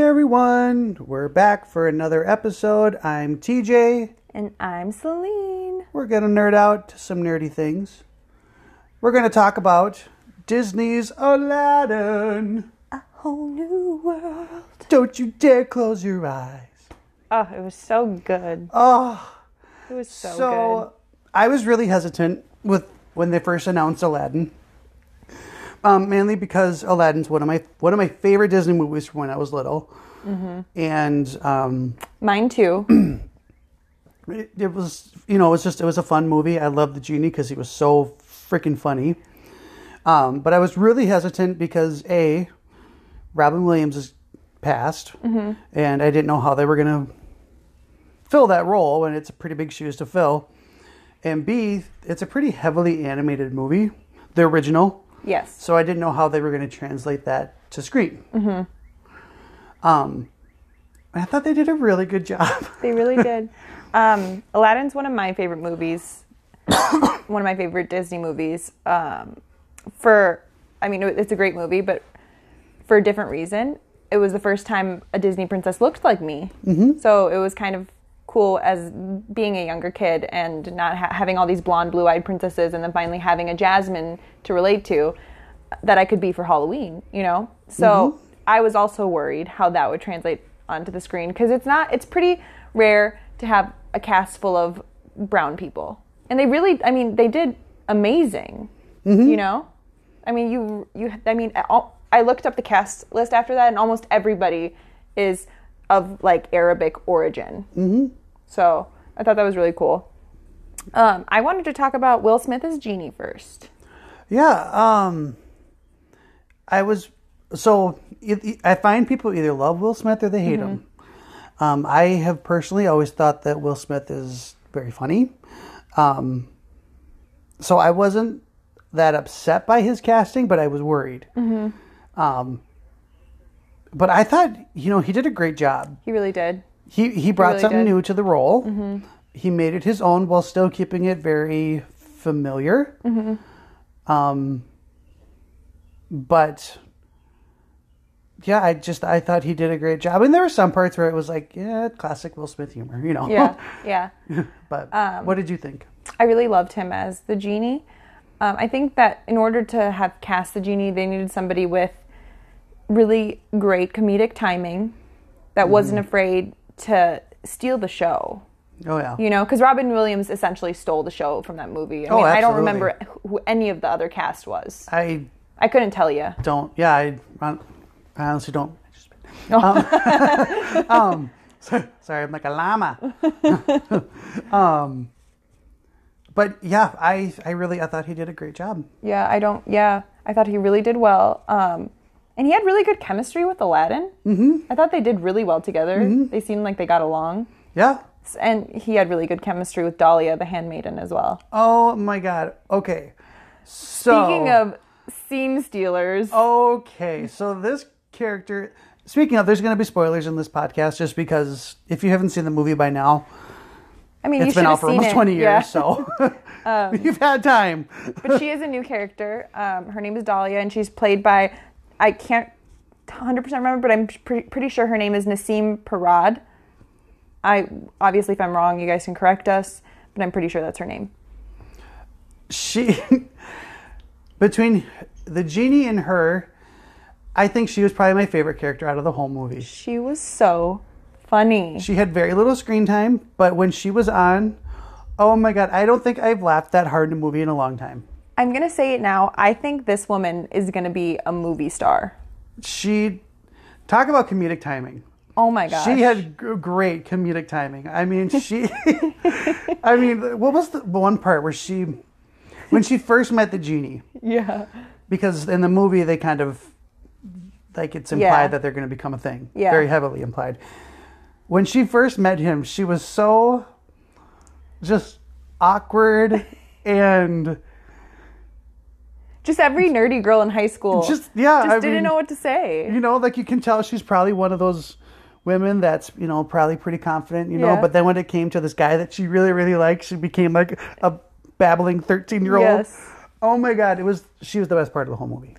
everyone. We're back for another episode. I'm TJ. And I'm Celine. We're going to nerd out to some nerdy things. We're going to talk about Disney's Aladdin. A whole new world. Don't you dare close your eyes. Oh, it was so good. Oh, It was so, so, I was really hesitant with when they first announced Aladdin. Um, mainly because Aladdin's one of my one of my favorite Disney movies from when I was little, and um, good. Mine too. it, it was you know it was just it was a fun movie i loved the genie because he was so freaking funny um, but i was really hesitant because a robin williams is passed and i didn't know how they were going to fill that role and it's a pretty big shoes to fill and b it's a pretty heavily animated movie the original yes. so I didn't know how they were going to translate that to screen. Mm-hmm. Um, I thought they did a really good job. They really did. Um, Aladdin's one of my favorite movies. one of my favorite Disney movies. Um, for, I mean, it's a great movie, but for a different reason. It was the first time a Disney princess looked like me. Mm-hmm. So it was kind of cool as being a younger kid and not ha- having all these blonde, blue eyed princesses and then finally having a Jasmine to relate to that I could be for Halloween, you know? So I was also worried how that would translate onto the screen because it's not, it's pretty rare to have a cast full of brown people. And they really, I mean, they did amazing, you know? I mean, you you. I mean, all, I looked up the cast list after that, and almost everybody is of like Arabic origin. Mm-hmm. So I thought that was really cool. Um, I wanted to talk about Will Smith as genie first. Yeah, um I was so it- I find people either love Will Smith or they hate him. Um I have personally always thought that Will Smith is very funny. Um so I wasn't that upset by his casting, but I was worried. Um but I thought, you know, he did a great job. He really did. He he brought really something did. Mm-hmm. new to the role. He made it his own while still keeping it very familiar. Mm-hmm. Um, but yeah, I just I thought he did a great job, and there were some parts where it was like, yeah, classic Will Smith humor, you know. Yeah, Um, yeah. but what did you think? I really loved him as the genie. Um, I think that in order to have cast the genie, they needed somebody with really great comedic timing that wasn't afraid to steal the show. Oh yeah, You know, because Robin Williams essentially stole the show from that movie. I Oh, mean, I don't absolutely. remember who any of the other cast was. I I couldn't tell you. don't. Yeah, I, I honestly don't. Um, um, so- sorry, I'm like a llama. um, but yeah, I I really I thought he did a great job. Yeah, I don't. Yeah, I thought he really did well. Um, and he had really good chemistry with Aladdin. Mm-hmm. I thought they did really well together. Mm-hmm. They seemed like they got along. Yeah. S- And he had really good chemistry with Dahlia, the handmaiden, as well. Oh my God. Okay. So Speaking of scene stealers, Oh. okay, so this character. Speaking of, there's going to be spoilers in this podcast just because if you haven't seen the movie by now, I mean, you it's should been out have for seen almost it. 20 years, Yeah. Um. so you've had time. but she is a new character. Um, her name is Dahlia, and she's played by I can't 100% remember, but I'm pre- pretty sure her name is Nassim Parad. I obviously, if I'm wrong, you guys can correct us, but I'm pretty sure that's her name. she between the genie and her i think she was probably my favorite character out of the whole movie She was so funny. she had very little screen time but when she was on oh my god i don't think i've laughed that hard in a movie in a long time I'm gonna say it now. I think this woman is gonna be a movie star. she talk about comedic timing Oh my gosh. she had g- great comedic timing i mean she i mean what was the one part where she when she first met the genie yeah. because in the movie they kind of like it's implied Yeah. that they're going to become a thing Yeah. very heavily implied when she first met him she was so just awkward and Just every nerdy girl in high school. Just- yeah, Just I didn't mean- know what to say. you know like you can tell she's probably one of those women that's you know probably pretty confident you know Yeah. but then when it came to this guy that she really really liked she became like a babbling 13 year old Yes. oh my god it was she was the best part of the whole movie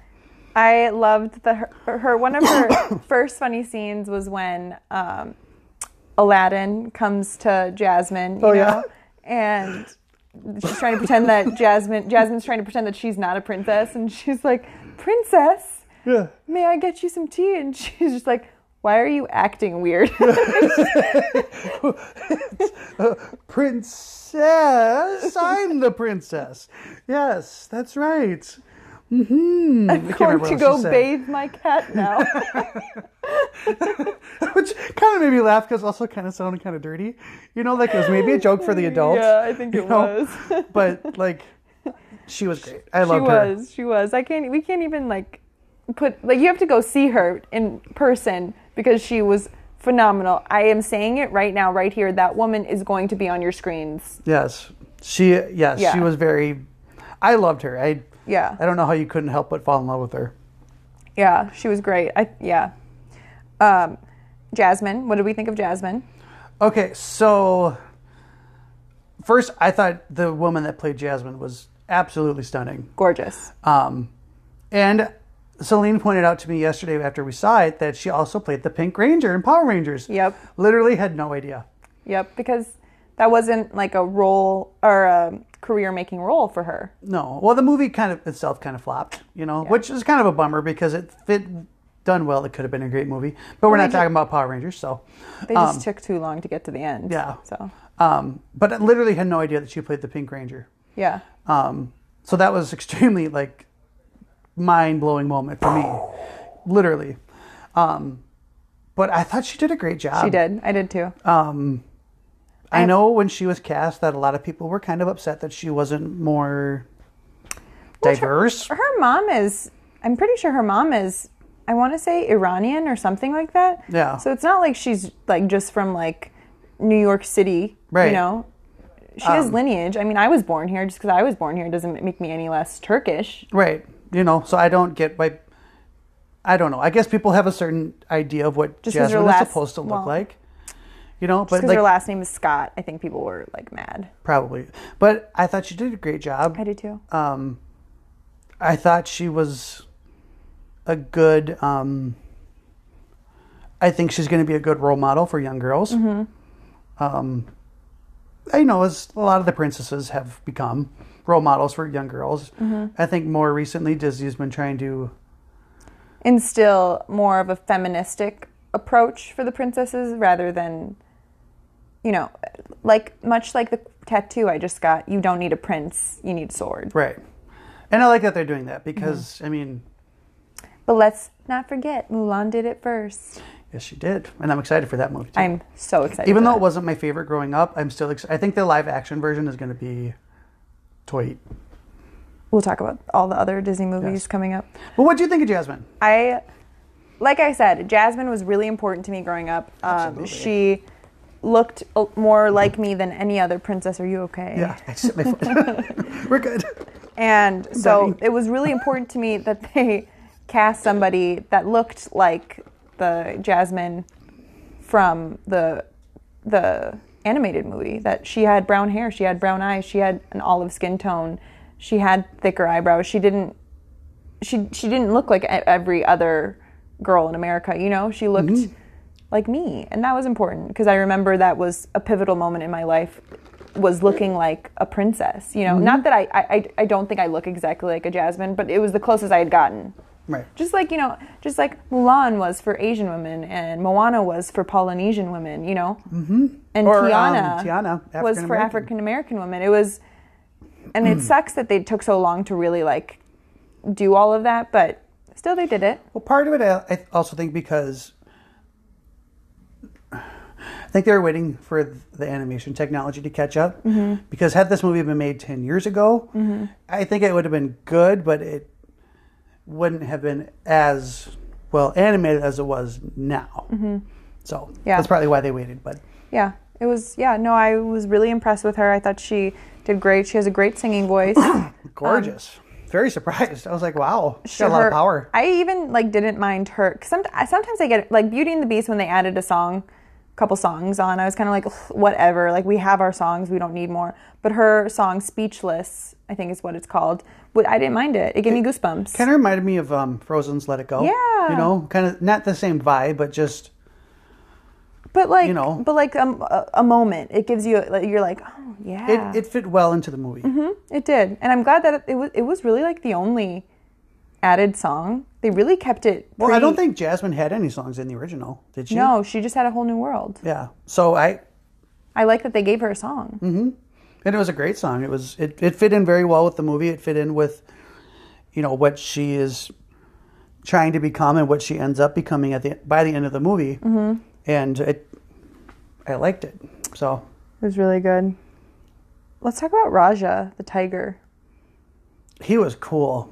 I loved the her, her one of her first funny scenes was when um, Aladdin comes to Jasmine, you Oh, yeah? know, and she's trying to pretend that Jasmine Jasmine's trying to pretend that she's not a princess, and she's like, "Princess, Yeah. may I get you some tea?" And she's just like, "Why are you acting weird?" Princess, I'm the princess. Yes, that's right. Mm-hmm. I'm Going to go bathe my cat now. which kind of made me laugh because also kind of sounded kind of dirty. You know, like it was maybe a joke for the adults. Yeah, I think you it know? was. but like, she was great. I she loved her. was. She was. I can't. We can't even like put like you have to go see her in person because she was phenomenal. I am saying it right now, right here. That woman is going to be on your screens. Yes, she. Yes, she Yeah. was very. I loved her. I. Yeah. I don't know how you couldn't help but fall in love with her. Yeah. She was great. I yeah. Um, Jasmine. What did we think of Jasmine? Okay, so first I thought the woman that played Jasmine was absolutely stunning. Gorgeous. Um, and Celine pointed out to me yesterday after we saw it that she also played the Pink Ranger in Power Rangers. Yep. Literally had no idea. Yep. Because that wasn't like a role or a career making role for her. No. Well, the movie kind of itself kind of flopped, you know, Yeah. which is kind of a bummer because it fit done well. It could have been a great movie, but we're Well, not they talking about Power Rangers, so. They just took too long to get to the end. Um, Yeah. So Um, but I literally had no idea that she played the Pink Ranger. yeah. Um, so that was extremely like mind blowing moment for me, literally. Um, but I thought she did a great job. She did. I did too. Um, I, I- know when she was cast that a lot of people were kind of upset that she wasn't more diverse. her mom is i'm pretty sure her mom is i want to say iranian or something like that Yeah. so it's not like she's like just from like new york city Right. Um, you know she has lineage i mean i was born here just because i was born here doesn't make me any less turkish Right. You know, so I don't get why. I don't know. I guess people have a certain idea of what Just 'cause her Jasmine is last- supposed to look well, like. You know, but because like her last name is scott i think people were like mad probably. But I thought she did a great job. i did too um, I thought she was a good. Um, I think she's going to be a good role model for young girls. Um, I know as a lot of the princesses have become role models for young girls. I think more recently Disney's been trying to. instill more of a feministic approach for the princesses rather than you know like much like the tattoo i just got you don't need a prince you need a sword Right. And I like that they're doing that because, I mean, But let's not forget, Mulan did it first. yes, she did. And I'm excited for that movie too. I'm so excited. Even for though it that. wasn't my favorite growing up, I'm still. Ex- I think the live action version is going to be toy. we'll talk about all the other Disney movies Yes. coming up. But what do you think of Jasmine? I, like I said, Jasmine was really important to me growing up. Um, Absolutely. she looked uh, more like me than any other princess. Are you okay? Yeah, I just hit my foot. We're good. And so Buddy. it was really important to me that they cast somebody that looked like the Jasmine from the the animated movie. That she had brown hair, she had brown eyes, she had an olive skin tone, she had thicker eyebrows. She didn't she she didn't look like e- every other girl in America. You know, she looked like me, and that was important because I remember that was a pivotal moment in my life was looking like a princess. You know, Mm-hmm. not that I, I I- I don't think I look exactly like a Jasmine, but it was the closest I had gotten. Right. Just like you know, just like Mulan was for Asian women, and Moana was for Polynesian women. You know, mm-hmm. and Or, um, Tiana, Tiana, was African-American. for Mm. African American women. It was, and it sucks that they took so long to really like do all of that, but still they did it. Well, part of it, I I also think because I think they were waiting for the animation technology to catch up. Because had this movie been made ten years ago, I think it would have been good, but it wouldn't have been as well animated as it was now. So Yeah. that's probably why they waited. But Yeah, it was. Yeah, no, I was really impressed with her. I thought she did great. She has a great singing voice. Um, gorgeous, very surprised. I was like, wow, she Sure, got a lot her- of power. I even like didn't mind her. Some, sometimes I get like Beauty and the Beast when they added a song couple songs on. I was kind of like, "Ugh, whatever. Like we have our songs, we don't need more. But her song "Speechless," I think is what it's called. wa- I didn't mind it. It gave me goosebumps. Kind of reminded me of um, Frozen's "Let It Go." Yeah. you know, kind of not the same vibe, but just but like, you know. but like um, a, a moment, it gives you. Like, you're like, oh yeah, Mm-hmm. it, it fit well into the movie. It did, and I'm glad that it was. It was really like the only added song. They really kept it. Well, I don't pretty- think Jasmine had any songs in the original, did she? No, she just had a whole new world. Yeah. So I, I like that they gave her a song. and it was a great song. It was it, it fit in very well with the movie. It fit in with, you know, what she is trying to become and what she ends up becoming at the by the end of the movie. Mm-hmm. And it, I liked it. So It was really good. Let's talk about Raja the tiger. he was cool.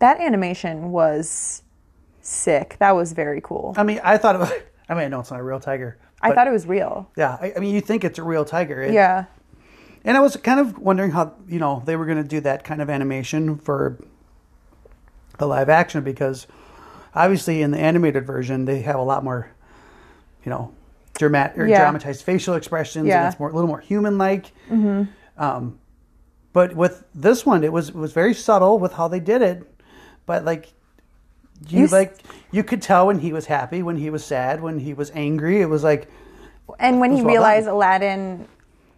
That animation was sick. That was very cool. I mean, I thought it was. I mean, I know it's not a real tiger. I but- thought it was real. Yeah, I, I mean, you think it's a real tiger. It- Yeah. And I was kind of wondering how, you know, they were going to do that kind of animation for the live action because obviously in the animated version, they have a lot more, you know, dramat- or Yeah. dramatized facial expressions Yeah. Mm-hmm. and it's more, a little more human like. Um, but with this one, it was, it was very subtle with how they did it. But like, you, You s- like you could tell when he was happy, when he was sad, when he was angry. It was like And when It he was well realized done. Aladdin,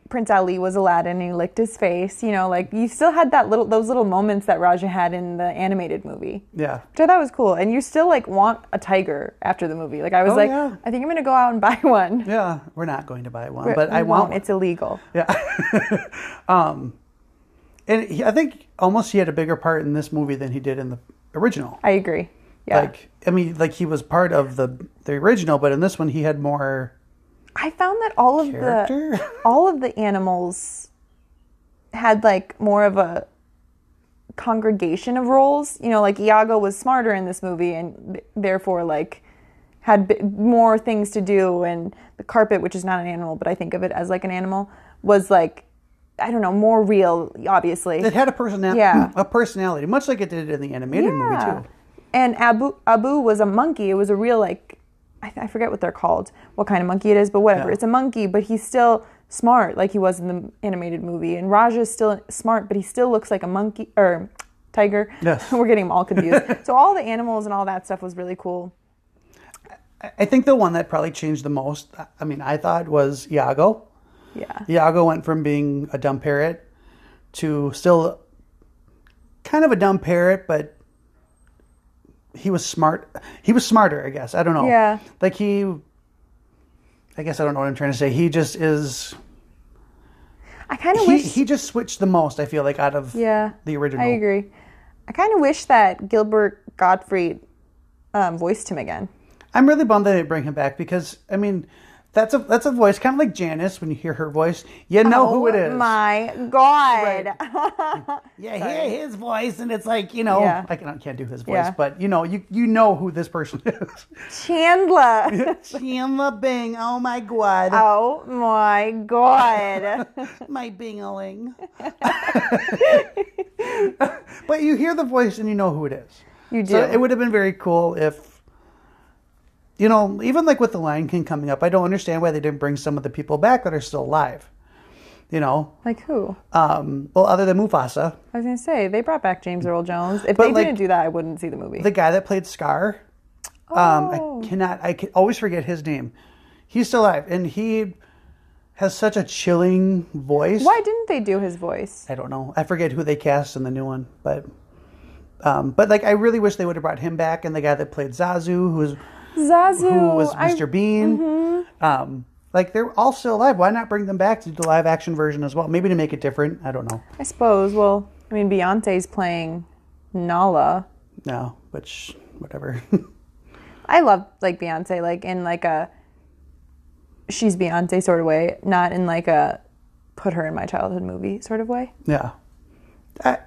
Prince Ali was Aladdin, and he licked his face. You know, like you still had that little those little moments that Raja had in the animated movie. yeah, Which I thought was cool. And you still like want a tiger after the movie. Like I was Oh, like, yeah. I think I'm gonna go out and buy one. yeah. We're not going to buy one, but I You want. won't. one. It's illegal. and he, I think almost he had a bigger part in this movie than he did in the original. I agree. Yeah. Like I mean, like he was part of the the original, but in this one he had more. I found that all of Character? the all of the animals had like more of a congregation of roles. You know, like Iago was smarter in this movie, and th- therefore like had b- more things to do. And the carpet, which is not an animal, but I think of it as like an animal, was like I don't know, more real, obviously. It had a personality. Yeah. A personality, much like it did in the animated movie too. And Abu Abu was a monkey. It was a real like I, th- I forget what they're called, what kind of monkey it is, but whatever. Yeah. It's a monkey, but he's still smart like he was in the animated movie. And Raja's still smart, but he still looks like a monkey or tiger. Yes. We're getting them all confused. so all the animals and all that stuff was really cool. I- I think the one that probably changed the most. I mean, I thought was Iago. Yeah. Iago went from being a dumb parrot to still kind of a dumb parrot, but he was smart. He was smarter, I guess. I don't know. Yeah. Like he, I guess I don't know what I'm trying to say. He just is. I kind of He, wish he just switched the most. I feel like out of Yeah. the original. I agree. I kind of wish that Gilbert Gottfried um, voiced him again. I'm really bummed they didn't bring him back because I mean, that's a that's a voice kind of like Janice when you hear her voice, you know who it is. Oh, My God. Right. Yeah, hear his voice, and it's like you know, Yeah. I can, I can't do his voice, Yeah. but you know, you you know who this person is. Chandler. Chandler Bing, oh my god, Oh my god. my Bingaling. but you hear the voice and you know who it is. You do. So it would have been very cool if, you know, even like with the Lion King coming up, I don't understand why they didn't bring some of the people back that are still alive. You know, like who? um, well, other than Mufasa, I was gonna say they brought back James Earl Jones. If But, they like, didn't do that, I wouldn't see the movie. the guy that played Scar. Um, Oh. I cannot. I can always forget his name. He's still alive, and he has such a chilling voice. Why didn't they do his voice? I don't know. I forget who they cast in the new one, but um, but like I really wish they would have brought him back and the guy that played Zazu, who was Zazu. who was I- Mm-hmm. Mr. Bean. Um, like they're all still alive. Why not bring them back to the live action version as well? Maybe to make it different. I don't know. I suppose. Well, I mean, Beyonce's playing Nala. No, which whatever. I love like Beyonce, like in like a she's Beyonce sort of way, not in like a put her in my childhood movie sort of way. yeah. I,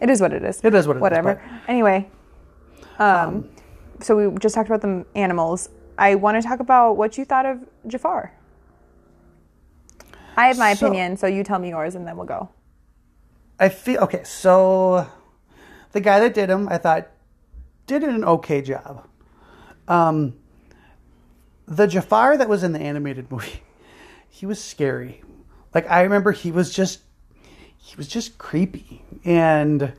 It is what it is. It is what it is, Whatever. Anyway, um, so we just talked about the animals. I want to talk about what you thought of Jafar. I have my So- opinion, so you tell me yours, and then we'll go. I feel okay. So, the guy that did him, I thought, did an okay job. Um, the Jafar that was in the animated movie, he was scary. Like I remember he was just he was just creepy and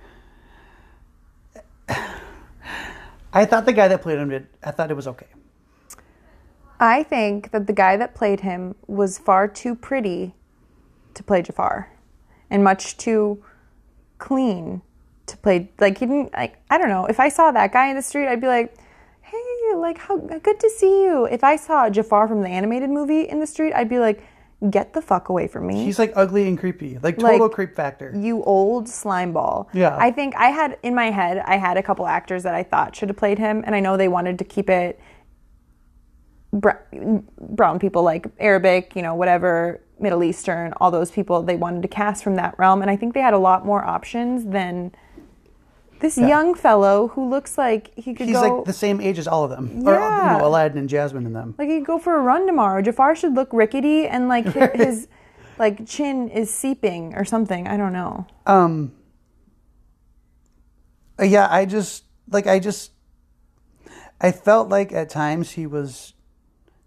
I thought the guy that played him did I thought it was okay. I think that the guy that played him was far too pretty to play Jafar and much too clean to play like he didn't like I don't know if I saw that guy in the street I'd be like hey like how good to see you if I saw Jafar from the animated movie in the street I'd be like get the fuck away from me He's like ugly and creepy. Like total Like- creep factor. you old slime ball Yeah. I think I had in my head I had a couple actors that I thought should have played him and I know they wanted to keep it br- brown people like Arabic, you know, whatever, Middle Eastern, all those people they wanted to cast from that realm. And I think they had a lot more options than this young fellow who looks like he could He's go like the same age as all of them. Or you Yeah. know, Aladdin and Jasmine and them. like he could go for a run tomorrow. Jafar should look rickety and like hi- his like chin is seeping or something. I don't know. Um. uh, Yeah, I just like I just I felt like at times he was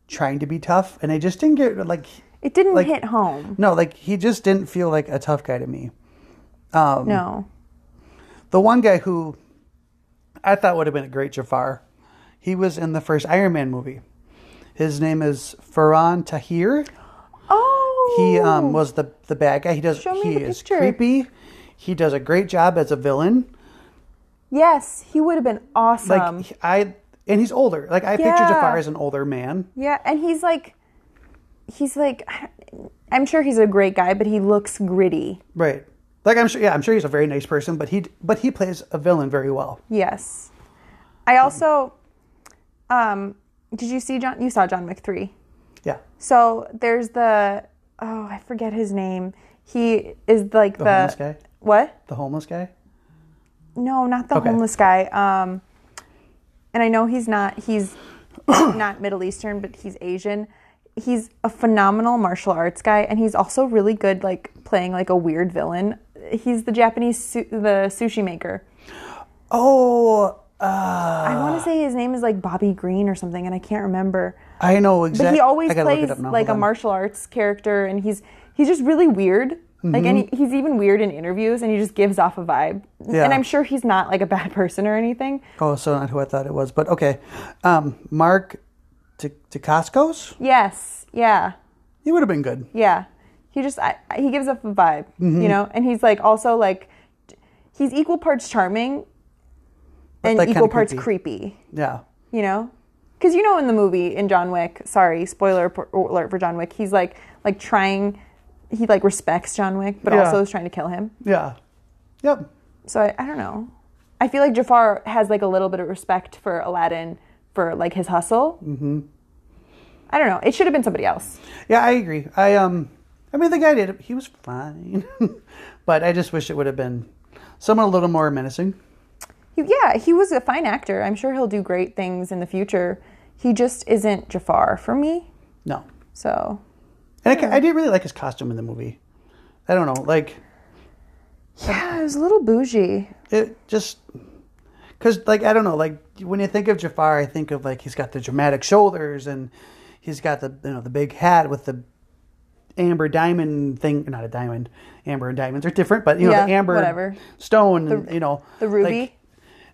trying to be tough, and I just didn't get like It didn't Like- hit home. no, like he just didn't feel like a tough guy to me. Um, No. the one guy who I thought would have been a great Jafar, he was in the first Iron Man movie. His name is Farhan Tahir. Oh. He um, was the the bad guy. He does Show me he the is picture. creepy. He does a great job as a villain. Yes, he would have been like awesome. he- I and he's older. Like I picture Um, Yeah. Jafar as an older man. Yeah, and he's like, he's like, I'm sure he's a great guy, but he looks gritty. Right. Like I'm sure yeah, I'm sure he's a very nice person, but he but he plays a villain very well. Yes. I also, um, did you see John? You saw John McThree. Yeah. So there's the oh, I forget his name. He is like the, The homeless guy? What? The homeless guy? No, not the Okay. homeless guy. Um, and I know he's not. He's not Middle Eastern, but he's Asian. He's a phenomenal martial arts guy, and he's also really good, like playing like a weird villain. He's the Japanese su- the sushi maker. Oh uh, I want to say his name is like Bobby Green or something, and I can't remember. I know exactly. But he always I gotta look plays it up now. like a Hold on. martial arts character, and he's he's just really weird. Like, and he, he's even weird in interviews, and he just gives off a vibe. Mm-hmm. Yeah. And I'm sure he's not like a bad person or anything. Oh, so not who I thought it was, but okay. Um Mark to Costco's? Yes, yeah, He would have been good. yeah. He just I, I- he gives off a vibe, Mm-hmm. you know. And he's like also like he's equal parts charming and like, equal kinda parts creepy. creepy, Yeah. you know. Because you know in the movie in John Wick, sorry, spoiler por- alert for John Wick, he's like like trying, he like respects John Wick, but Yeah. also is trying to kill him. Yeah. Yep. So I, I don't know. I feel like Jafar has like a little bit of respect for Aladdin for like his hustle. Mm-hmm. I don't know. It should have been somebody else. Yeah, I agree. I um, I mean, the guy did. He was fine, but I just wish it would have been someone a little more menacing. He, yeah, he was a fine actor. I'm sure he'll do great things in the future. He just isn't Jafar for me. No, So and I, ca- I didn't really like his costume in the movie. I don't know, like yeah, it was a little bougie. it just because, like, I don't know, like when you think of Jafar, I think of like he's got the dramatic shoulders and he's got the you know the big hat with the amber diamond thing. Not a diamond. Amber and diamonds are different, but you know the Yeah, amber whatever. stone, and, you know The like, ruby.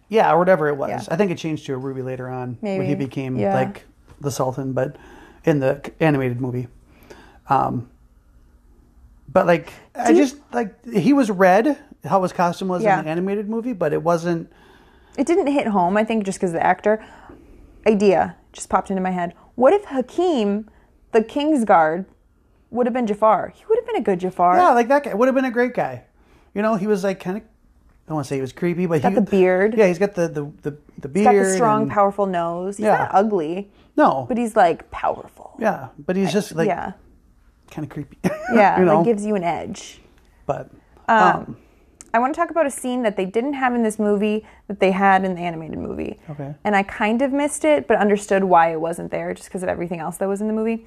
Yeah, or whatever it was. Yeah. I think it changed to a ruby later on when he Maybe. became Yeah. like the Sultan, but in the c- animated movie. Um, but like, I Do you- just like he was red. How his costume was Yeah. in the animated movie, but it wasn't. it didn't hit home. I think just because the actor idea just popped into my head. What if Hakim, the Kingsguard, would have been Jafar? He would have been a good Jafar. Yeah, like that guy would have been a great guy. You know, he was like kind of. I don't want to say he was creepy, but Got he the beard. Yeah, he's got the the the, the beard. He's got the strong, and- powerful nose. He's Yeah. not ugly, No, but he's like powerful. yeah, but he's just like yeah, kind of creepy. yeah, you know, like gives you an edge. but Um, I want to talk about a scene that they didn't have in this movie that they had in the animated movie. Okay. And I kind of missed it, but understood why it wasn't there just because of everything else that was in the movie.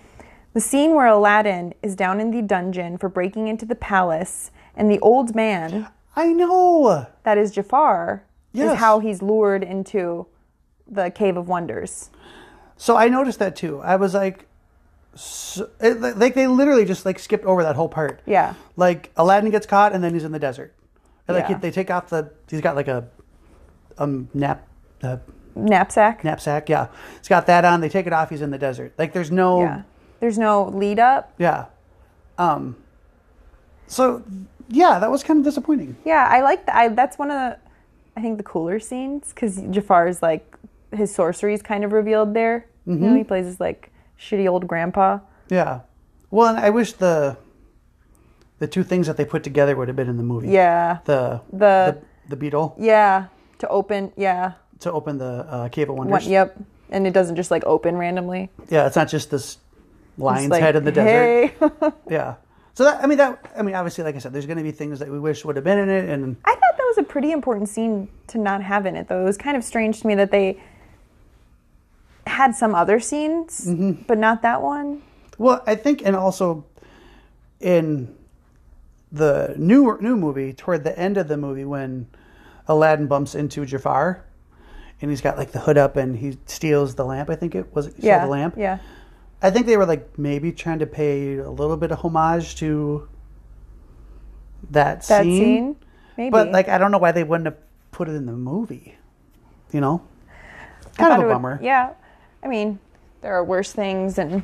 The scene where Aladdin is down in the dungeon for breaking into the palace, and the old man, I know. that is Jafar, Yes. is how he's lured into the Cave of Wonders. So I noticed that too. I was like, so, it, like they literally just like skipped over that whole part. Yeah. Like Aladdin gets caught and then he's in the desert. And, like Yeah. they take off the he's got like a um nap uh, Knapsack. knapsack. Yeah, he's got that on. They take it off. He's in the desert. Like there's no Yeah. There's no lead up. yeah. Um. So yeah, that was kind of disappointing. Yeah, I like that. I, that's one of the, I think the cooler scenes because Jafar's like his sorcery is kind of revealed there. You Mm-hmm. know, he plays his like shitty old grandpa. Yeah. Well, and I wish the the two things that they put together would have been in the movie. Yeah. Uh, The The- the, the beetle Yeah. To open. Yeah. to open the uh, cave of wonders. One, yep. And it doesn't just like open randomly. Yeah, it's not just this It's lion's like, head in the desert. hey. Yeah. So that I mean that I mean obviously like I said, there's going to be things that we wish would have been in it, and I thought that was a pretty important scene to not have in it, though. It was kind of strange to me that they had some other scenes, Mm-hmm. but not that one. well, I think and also in the new new movie toward the end of the movie when Aladdin bumps into Jafar. And he's got like the hood up, and he steals the lamp. I think it was it? He stole yeah. the lamp. Yeah. I think they were like maybe trying to pay a little bit of homage to that, That scene, scene. Maybe. but like I don't know why they wouldn't have put it in the movie. You know, I kind thought of a it would- bummer. Yeah. I mean, there are worse things and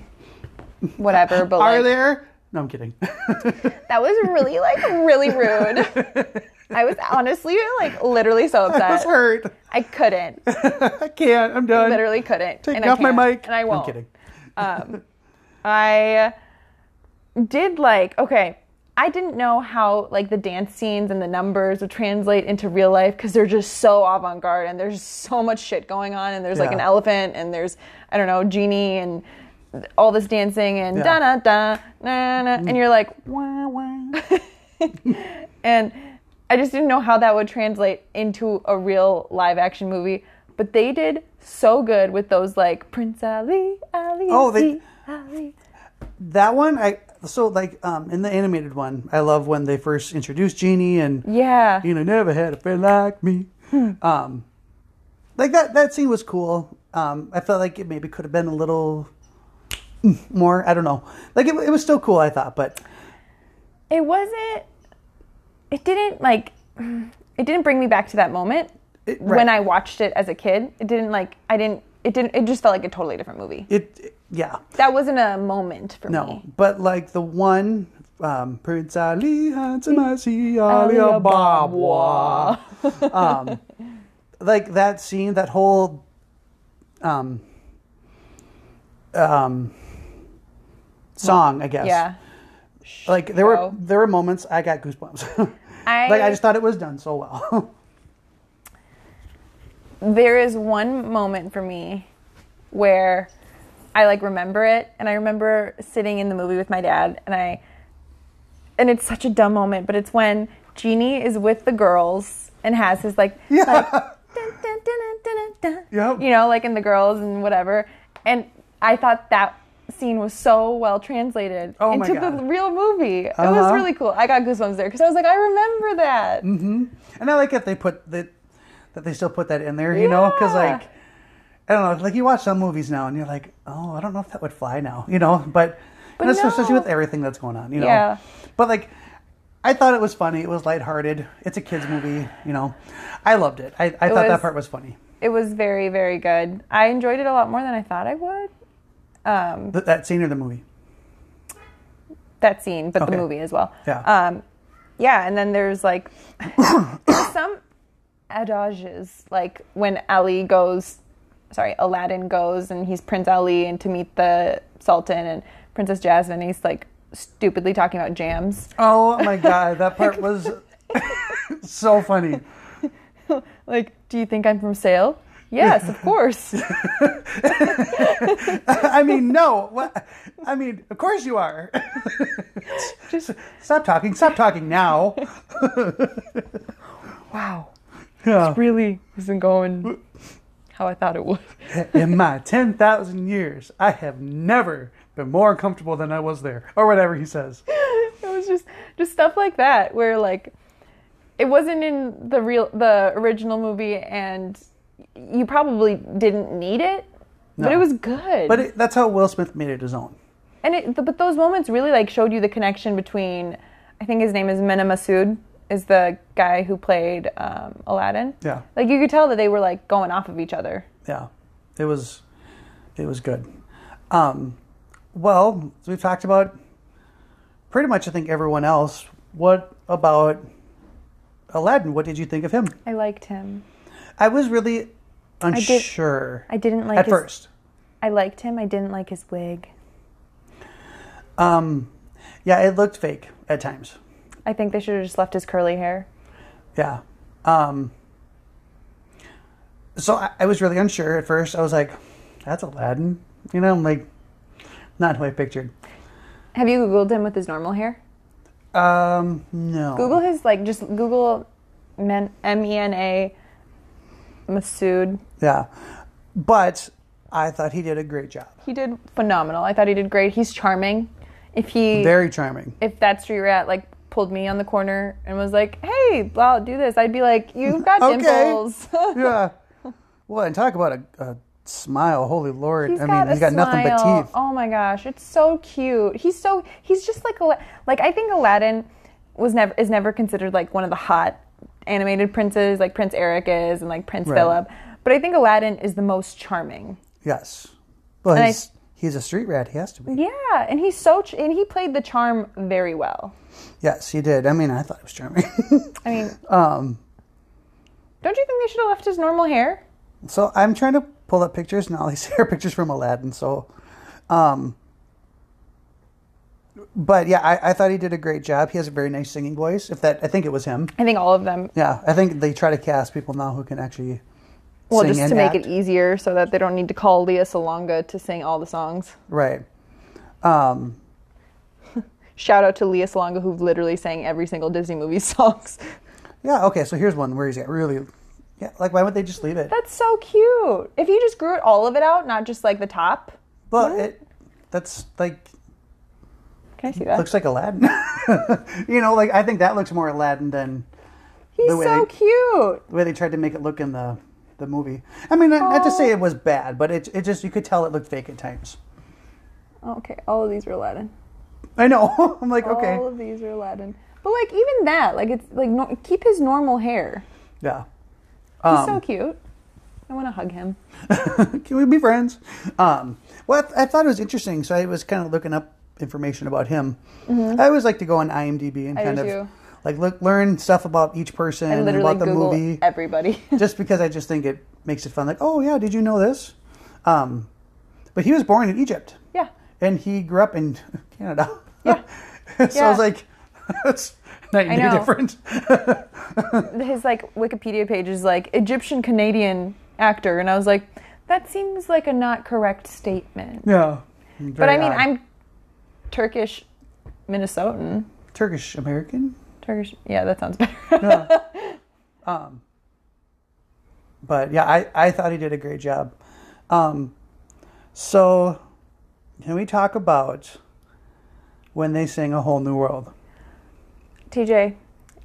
whatever, but Are like, there? No, I'm kidding. that was really, like, really rude. I was honestly, like, literally so I was upset. hurt. I couldn't. I can't. I'm done. Literally couldn't. Taking and I off my can't, mic. And I No, won't. I'm kidding. I did like okay. I didn't know how like the dance scenes and the numbers would translate into real life because they're just so avant garde and there's so much shit going on and there's like an Yeah. elephant and there's I don't know genie and th- all this dancing and Yeah. da na da na na and you're like wah wah and I just didn't know how that would translate into a real live action movie but they did so good with those like Prince Ali Ali Oh, they- Ali, Ali. That one, I so like um in the animated one, I love when they first introduced Genie and Yeah. you know, never had a friend like me. Hmm. Um, like that that scene was cool. Um, I felt like it maybe could have been a little mm, more. I don't know. Like it, it was still cool. I thought, but It wasn't it didn't like it didn't bring me back to that moment It- right. when I watched it as a kid. It didn't like I didn't it didn't it just felt like a totally different movie. it, it- yeah, That wasn't a moment for no. me. But like the one, um, Prince Ali Hansamasi Ali Ali Ababa. um, like that scene, that whole, um, um, song. I guess. Yeah. like there were Bro. there were moments I got goosebumps. I- like I just thought it was done so well. There is one moment for me where I like remember it and I remember sitting in the movie with my dad and I and it's such a dumb moment, but it's when Genie is with the girls and has his like, like dun, dun, dun, dun, dun, dun, Yep. you know, like in the girls and whatever. And I thought that scene was so well translated Oh my into the God. real movie. It was Uh-huh. really cool. I got goosebumps there because I was like, I remember that. and I like that they put that that they still put that in there, you know, because Yeah. like I don't know, like you watch some movies now and you're like, oh, I don't know if that would fly now, you know, but, But and it's especially no. with everything that's going on, you know. Yeah. But like, I thought it was funny. It was lighthearted. It's a kids movie, you know. I loved it. I, I thought was- that part was funny. It was very, very good. I enjoyed it a lot more than I thought I would. Um, Th- that scene or the movie. that scene, but Okay. the movie as well. Yeah. Um, yeah, and then there's like there's some adages, like when Ali goes, sorry, Aladdin goes and he's Prince Ali and to meet the Sultan and Princess Jasmine. He's like stupidly talking about jams. Oh my god, that part was so funny. Like, do you think I'm from Sale? Yes, of course. I mean, no. What? I mean, of course you are. Just Stop talking. Stop talking now. wow, Yeah. really isn't going how I thought it would. In my 10,000 years, I have never been more uncomfortable than I was there, or whatever he says. it was just just stuff like that where like it wasn't in the real the original movie and you probably didn't need it But it was good. But it, that's how Will Smith made it his own. and it, th- but those moments really like showed you the connection between. I think his name is Mena Masood, is the guy who played um, Aladdin. Yeah. Like you could tell that they were like going off of each other. Yeah, it was, it was good. Um, well, so we've talked about pretty much I think everyone else. What about Aladdin? What did you think of him? I liked him. I was really did- unsure I didn't like at his, first. I liked him. I didn't like his wig. Um, yeah, it looked fake at times. I think they should have just left his curly hair. Yeah. Um, so I, I was really unsure at first. I was like, that's Aladdin. You know, I'm like, not who I pictured. Have you googled him with his normal hair? Um, no. Google his like just Google men M E N A Masood. Yeah. But I thought he did a great job. He did phenomenal. I thought he did great. He's charming. If he Very charming. if that street rat like pulled me on the corner and was like, "Hey, I'll do this," I'd be like, "You've got Okay. dimples." yeah. Well, and talk about a, a smile. Holy Lord. He's I mean, a he's got nothing smile. but teeth. Oh my gosh, it's so cute. He's so he's just like Ala- like I think Aladdin was never is never considered like one of the hot animated princes like Prince Eric is and like Prince Right. Philip, but I think Aladdin is the most charming. Yes. Well, And I- he's, he's a street rat. He has to be. Yeah, and he's so ch- and he played the charm very well. Yes, he did. I mean, I thought it was charming. I mean, um, don't you think they should have left his normal hair? So I'm trying to pull up pictures, and all these are pictures from Aladdin. So, um, but yeah, I, I thought he did a great job. He has a very nice singing voice. If that, I think it was him. I think all of them. Yeah, I think they try to cast people now who can actually Well, sing just and to make act. it easier so that they don't need to call Leah Salonga to sing all the songs. right. Um, Shout out to Leah Salonga who literally sang every single Disney movie songs. yeah. Okay. So here's one where he's got really, yeah. Like, why would they just leave it? That's so cute. If you just grew it all of it out, not just like the top. But it, that's like Can I see that? looks like Aladdin. you know, like I think that looks more Aladdin than He's the way so they- cute. the way they tried to make it look in the the movie. I mean, not, not to say it was bad, but it it just you could tell it looked fake at times. Oh, Okay, all of these were Aladdin. I know. I'm like, okay, All of these are Aladdin. But like even that, like it's like no, keep his normal hair. yeah. He's Um, so cute. I want to hug him. Can we be friends? Um, well, I, th- I thought it was interesting, so I was kind of looking up information about him. I always like to go on IMDb and Mm-hmm. I do kind of too. like look learn stuff about each person I and literally about the Google movie, everybody. just because I just think it makes it fun. Like, oh yeah, did you know this? Um, but he was born in Egypt. yeah. and he grew up in Canada. Yeah. so I Yeah. was like, that's night and I day know. different. His like Wikipedia page is like Egyptian Canadian actor, and I was like, that seems like a not correct statement. Yeah. but I mean, I'm Turkish, Minnesotan. Turkish American. Turkish. Yeah, that sounds better. Um, but yeah, I, I thought he did a great job. Um, so can we talk about when they sing A Whole New World? TJ,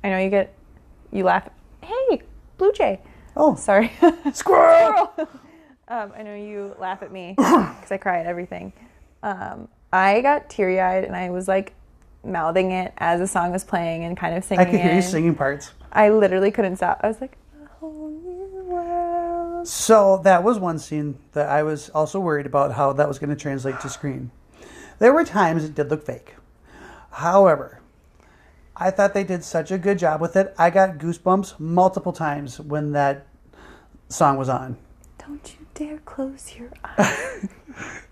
I know you get, you laugh. Hey, Blue Jay. Oh, Sorry. squirrel! um, I know you laugh at me because I cry at everything. Um, I got teary eyed and I was like mouthing it as the song was playing and kind of singing I could hear you it. singing parts. I literally couldn't stop. I was like, a whole new world. So that was one scene that I was also worried about how that was going to translate to screen. There were times it did look fake. However, I thought they did such a good job with it. I got goosebumps multiple times when that song was on. Don't you dare close your eyes.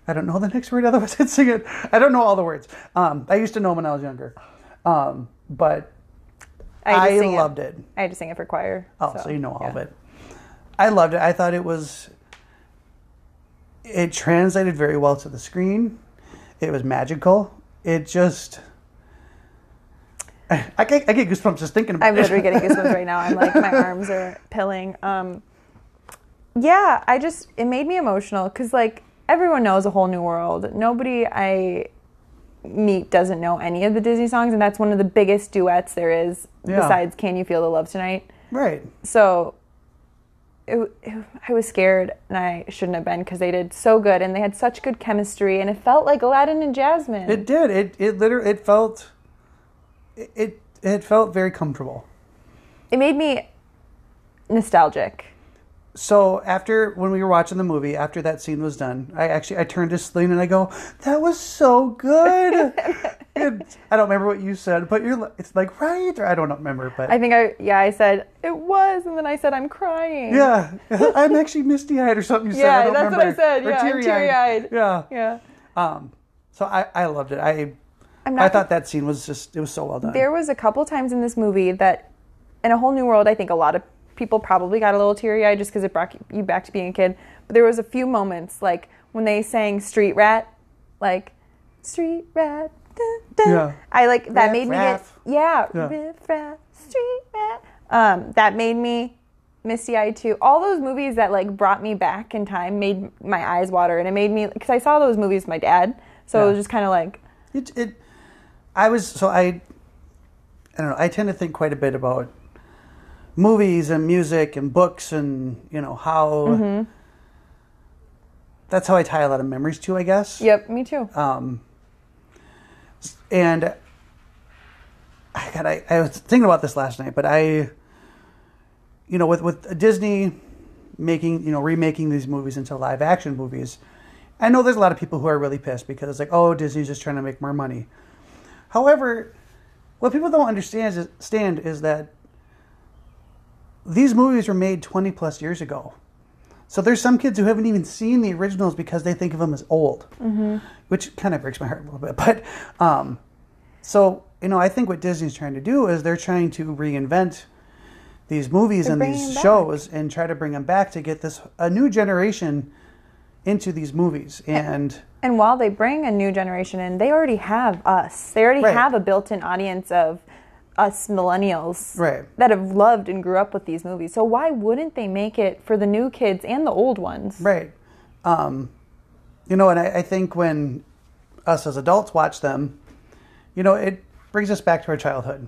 I don't know the next word, otherwise I'd sing it. I don't know all the words. Um, I used to know 'em when I was younger, um, but had to I, sing loved it. it. I had to sing it for choir. Oh, so, you know all yeah. of it. I loved it. I thought it was. It translated very well to the screen. It was magical. It just. I, I, get, I get goosebumps just thinking about I'm it. literally getting goosebumps right now. I'm like, my arms are pilling. Um, yeah, I just it made me emotional because like everyone knows a whole new world. Nobody I meet doesn't know any of the Disney songs, and that's one of the biggest duets there is Yeah. besides "Can You Feel the Love Tonight." Right. So it, it, I was scared, and I shouldn't have been because they did so good, and they had such good chemistry, and it felt like Aladdin and Jasmine. It did. It it literally it felt it it, it felt very comfortable. it made me nostalgic. So after when we were watching the movie, after that scene was done, I actually I turned to Celine and I go, "That was so good." And I don't remember what you said, but you're li- it's like right or I don't remember, but I think I yeah I said it was, and then I said I'm crying. yeah, I'm actually misty eyed or something. You said Yeah, I don't that's what I remember. said. Or Yeah, I'm teary-eyed. teary-eyed. Yeah. yeah. Um, so I I loved it. I I'm I not thought that scene was just it was so well done. There was a couple times in this movie that, in a whole new world, I think a lot of people probably got a little teary eyed just because it brought you back to being a kid. But there was a few moments like when they sang "Street Rat," like "Street Rat." dun, dun." Yeah. I like that Riff made me raff. get yeah, Yeah. Riff raff, street rat. Um, that made me misty eyed too. All those movies that like brought me back in time made my eyes water, and it made me because I saw those movies with my dad, so it Yeah. was just kind of like It, it, I was so I, I don't know. I tend to think quite a bit about movies and music and books and you know how. That's how I tie a lot of memories to, I guess. yep, me too. Um, and I, God, I, I was thinking about this last night, but I, you know, with, with Disney making, you know, remaking these movies into live action movies, I know there's a lot of people who are really pissed because it's like, oh, Disney's just trying to make more money. However, what people don't understand is, understand is that these movies were made 20 plus years ago. So there's some kids who haven't even seen the originals because they think of them as old, mm-hmm. which kind of breaks my heart a little bit. But um, so you know, I think what Disney's trying to do is they're trying to reinvent these movies They're and bringing these them back. shows and try to bring them back to get this a new generation into these movies. And And while they bring a new generation in, they already have us. They already Right. have a built-in audience of us millennials Right. that have loved and grew up with these movies. So why wouldn't they make it for the new kids and the old ones? Right. Um, you know, and I, I think when us as adults watch them, you know, it brings us back to our childhood.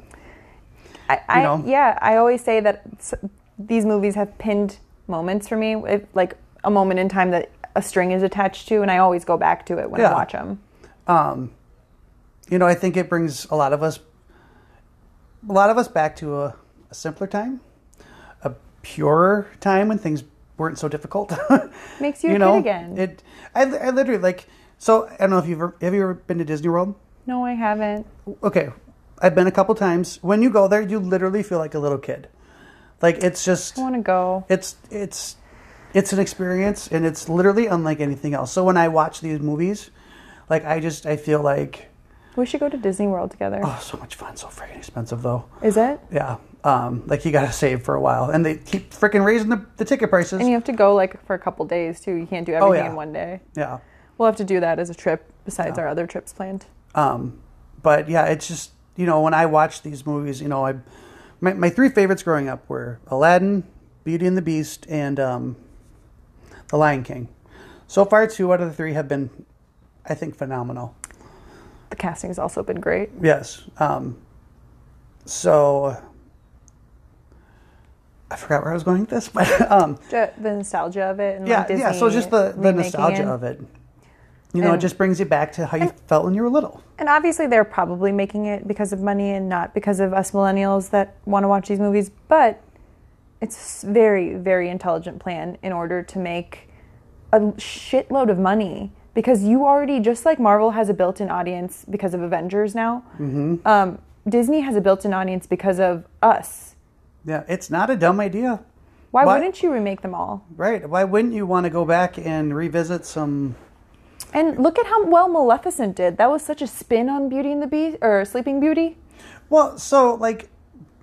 I, I know? yeah, I always say that s- these movies have pinned moments for me, if- like a moment in time that a string is attached to, and I always go back to it when Yeah. I watch them. Um, you know, I think it brings a lot of us, a lot of us back to a, a simpler time, a purer time when things weren't so difficult. Makes you a kid again. It. I, I literally like. So I don't know if you've ever, have you ever been to Disney World? No, I haven't. okay i've been a couple times when you go there you literally feel like a little kid like it's just I want to go. it's it's it's an experience and it's literally unlike anything else so when i watch these movies like i just i feel like We should go to Disney World together. oh so much fun so freaking expensive though Is it? yeah um like you gotta save for a while and they keep freaking raising the, the ticket prices And you have to go like for a couple days too. You can't do everything Oh, yeah. in one day. yeah We'll have to do that as a trip besides our other trips planned. Um, but yeah, it's just you know when I watch these movies, you know, I my my three favorites growing up were Aladdin, Beauty and the Beast, and um, The Lion King. So far, two out of the three have been, I think, phenomenal. The casting's also been great. Yes. Um, so I forgot where I was going with this, but um, Ju- The nostalgia of it and yeah, like Disney yeah. So just the the remaking Um, nostalgia it. of it. You know, it And- just brings you back to how you felt when you were little. And obviously they're probably making it because of money and not because of us millennials that want to watch these movies, but it's a very very intelligent plan in order to make a shitload of money because you already just like Marvel has a built-in audience because of Avengers now. Mm-hmm. Um, Disney has a built-in audience because of us. Yeah, it's not a dumb idea. Why Why- wouldn't you remake them all? Right. Why wouldn't you want to go back and revisit some? And look at how well Maleficent did. That was such a spin on Beauty and the Beast or Sleeping Beauty. Well, so like,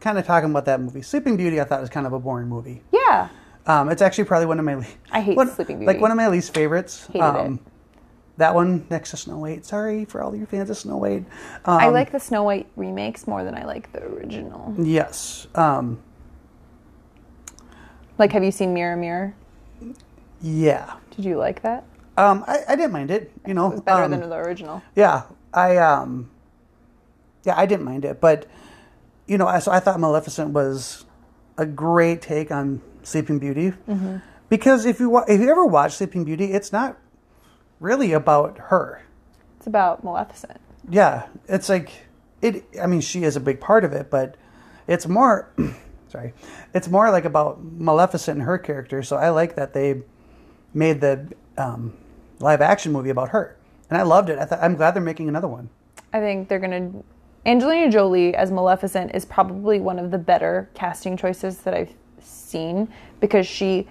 kind of talking about that movie, Sleeping Beauty. I thought was kind of a boring movie. Yeah. Um, it's actually probably one of my. le- I hate one- Sleeping Like Beauty. one of my least favorites. Um, Hated it. That one next to Snow White. Sorry for all your fans of Snow White. Um, I like the Snow White remakes more than I like the original. Yes. Um, Like, have you seen Mirror Mirror? yeah. Did you like that? Um, I, I didn't mind it. You know, It was better um, than the original. Yeah, I um, yeah, I didn't mind it, but you know, I, so I thought Maleficent was a great take on Sleeping Beauty, because if you wa- if you ever watch Sleeping Beauty, it's not really about her. It's about Maleficent. Yeah, it's like it. I mean, she is a big part of it, but it's more. sorry, it's more like about Maleficent and her character. So I like that they made the um, live action movie about her, and I loved it. I thought I'm glad they're making another one. I think they're gonna. Angelina Jolie as Maleficent is probably one of the better casting choices that I've seen because she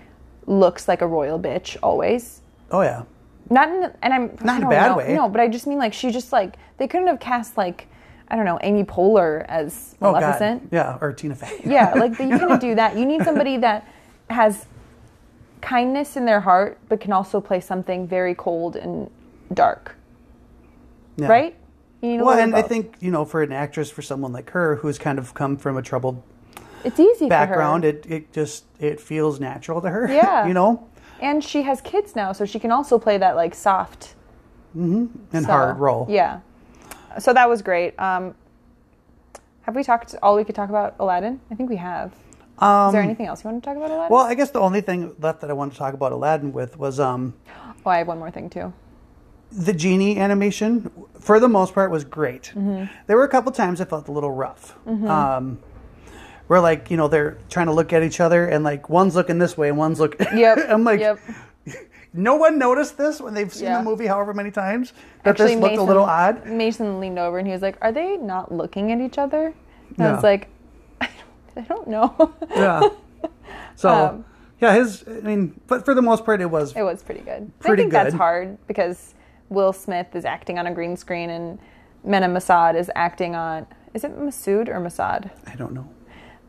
looks like a royal bitch always. Oh yeah, Not in, and I'm Not I in a don't bad know. way. No, but I just mean like she just like they couldn't have cast like I don't know Amy Poehler as oh Maleficent. god, yeah, or Tina Fey. Yeah, like you couldn't do that. You need somebody that has kindness in their heart, but can also play something very cold and dark, Yeah. right? You need a Well, little and of I both. think you know, for an actress, for someone like her who's kind of come from a troubled it's easy background, for her. it it just it feels natural to her. Yeah. you know, and she has kids now, so she can also play that like soft and so- hard role. Yeah, so that was great. Um, have we talked all we could talk about Aladdin? I think we have. Is there anything else you want to talk about Aladdin? Um, Well, I guess the only thing left that I wanted to talk about Aladdin with was um, oh, I have one more thing too. the genie animation. For the most part, was great. Mm-hmm. There were a couple times I felt a little rough. Um, where like you know they're trying to look at each other and like one's looking this way and one's looking. Yep. I'm like. yep. No one noticed this when they've seen Yeah. the movie however many times that this looked a little odd. Mason leaned over and he was like, "Are they not looking at each other?" And I was Yeah. like, "I don't, I don't know." yeah. So Um, yeah, his. I mean, but for the most part, it was. it was pretty good. Pretty I think that's good. hard because Will Smith is acting on a green screen and Mena Massoud is acting on. Is it Masood or Massoud? I don't know.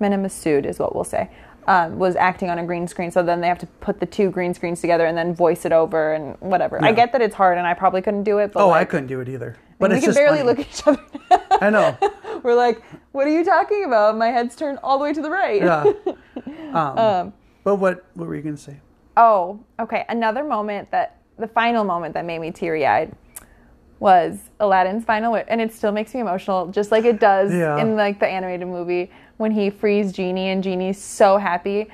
Mena Massoud is what we'll say. Um, was acting on a green screen, so then they have to put the two green screens together and then voice it over and whatever. I Yeah. get that it's hard, and I probably couldn't do it. But Oh, I like, couldn't do it either. But we it's can just barely funny. look at each other. I know. We're like, what are you talking about? My head's turned all the way to the right. Yeah. Um, but what what were you gonna say? Oh, okay. Another moment that the final moment that made me teary eyed was Aladdin's final, wi- and it still makes me emotional, just like it does Yeah. in like the animated movie when he frees Genie and Genie's so happy.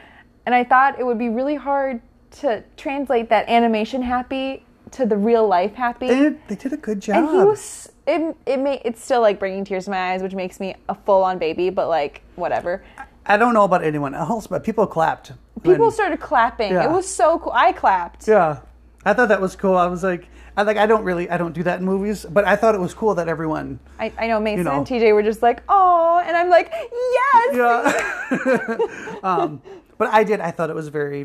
And I thought it would be really hard to translate that animation happy to the real life happy. They did, they did a good job. and he was it, it may it's still like bringing tears to my eyes, which makes me a full on baby, but like whatever. I don't know about anyone else, but people clapped. when- People started clapping. Yeah. It was so cool. I clapped. yeah, I thought that was cool. I was like, I like I don't really I don't do that in movies, but I thought it was cool that everyone. I, I know Mason know. and TJ were just like, oh, and I'm like, yes. Yeah. um, but I did. I thought it was very.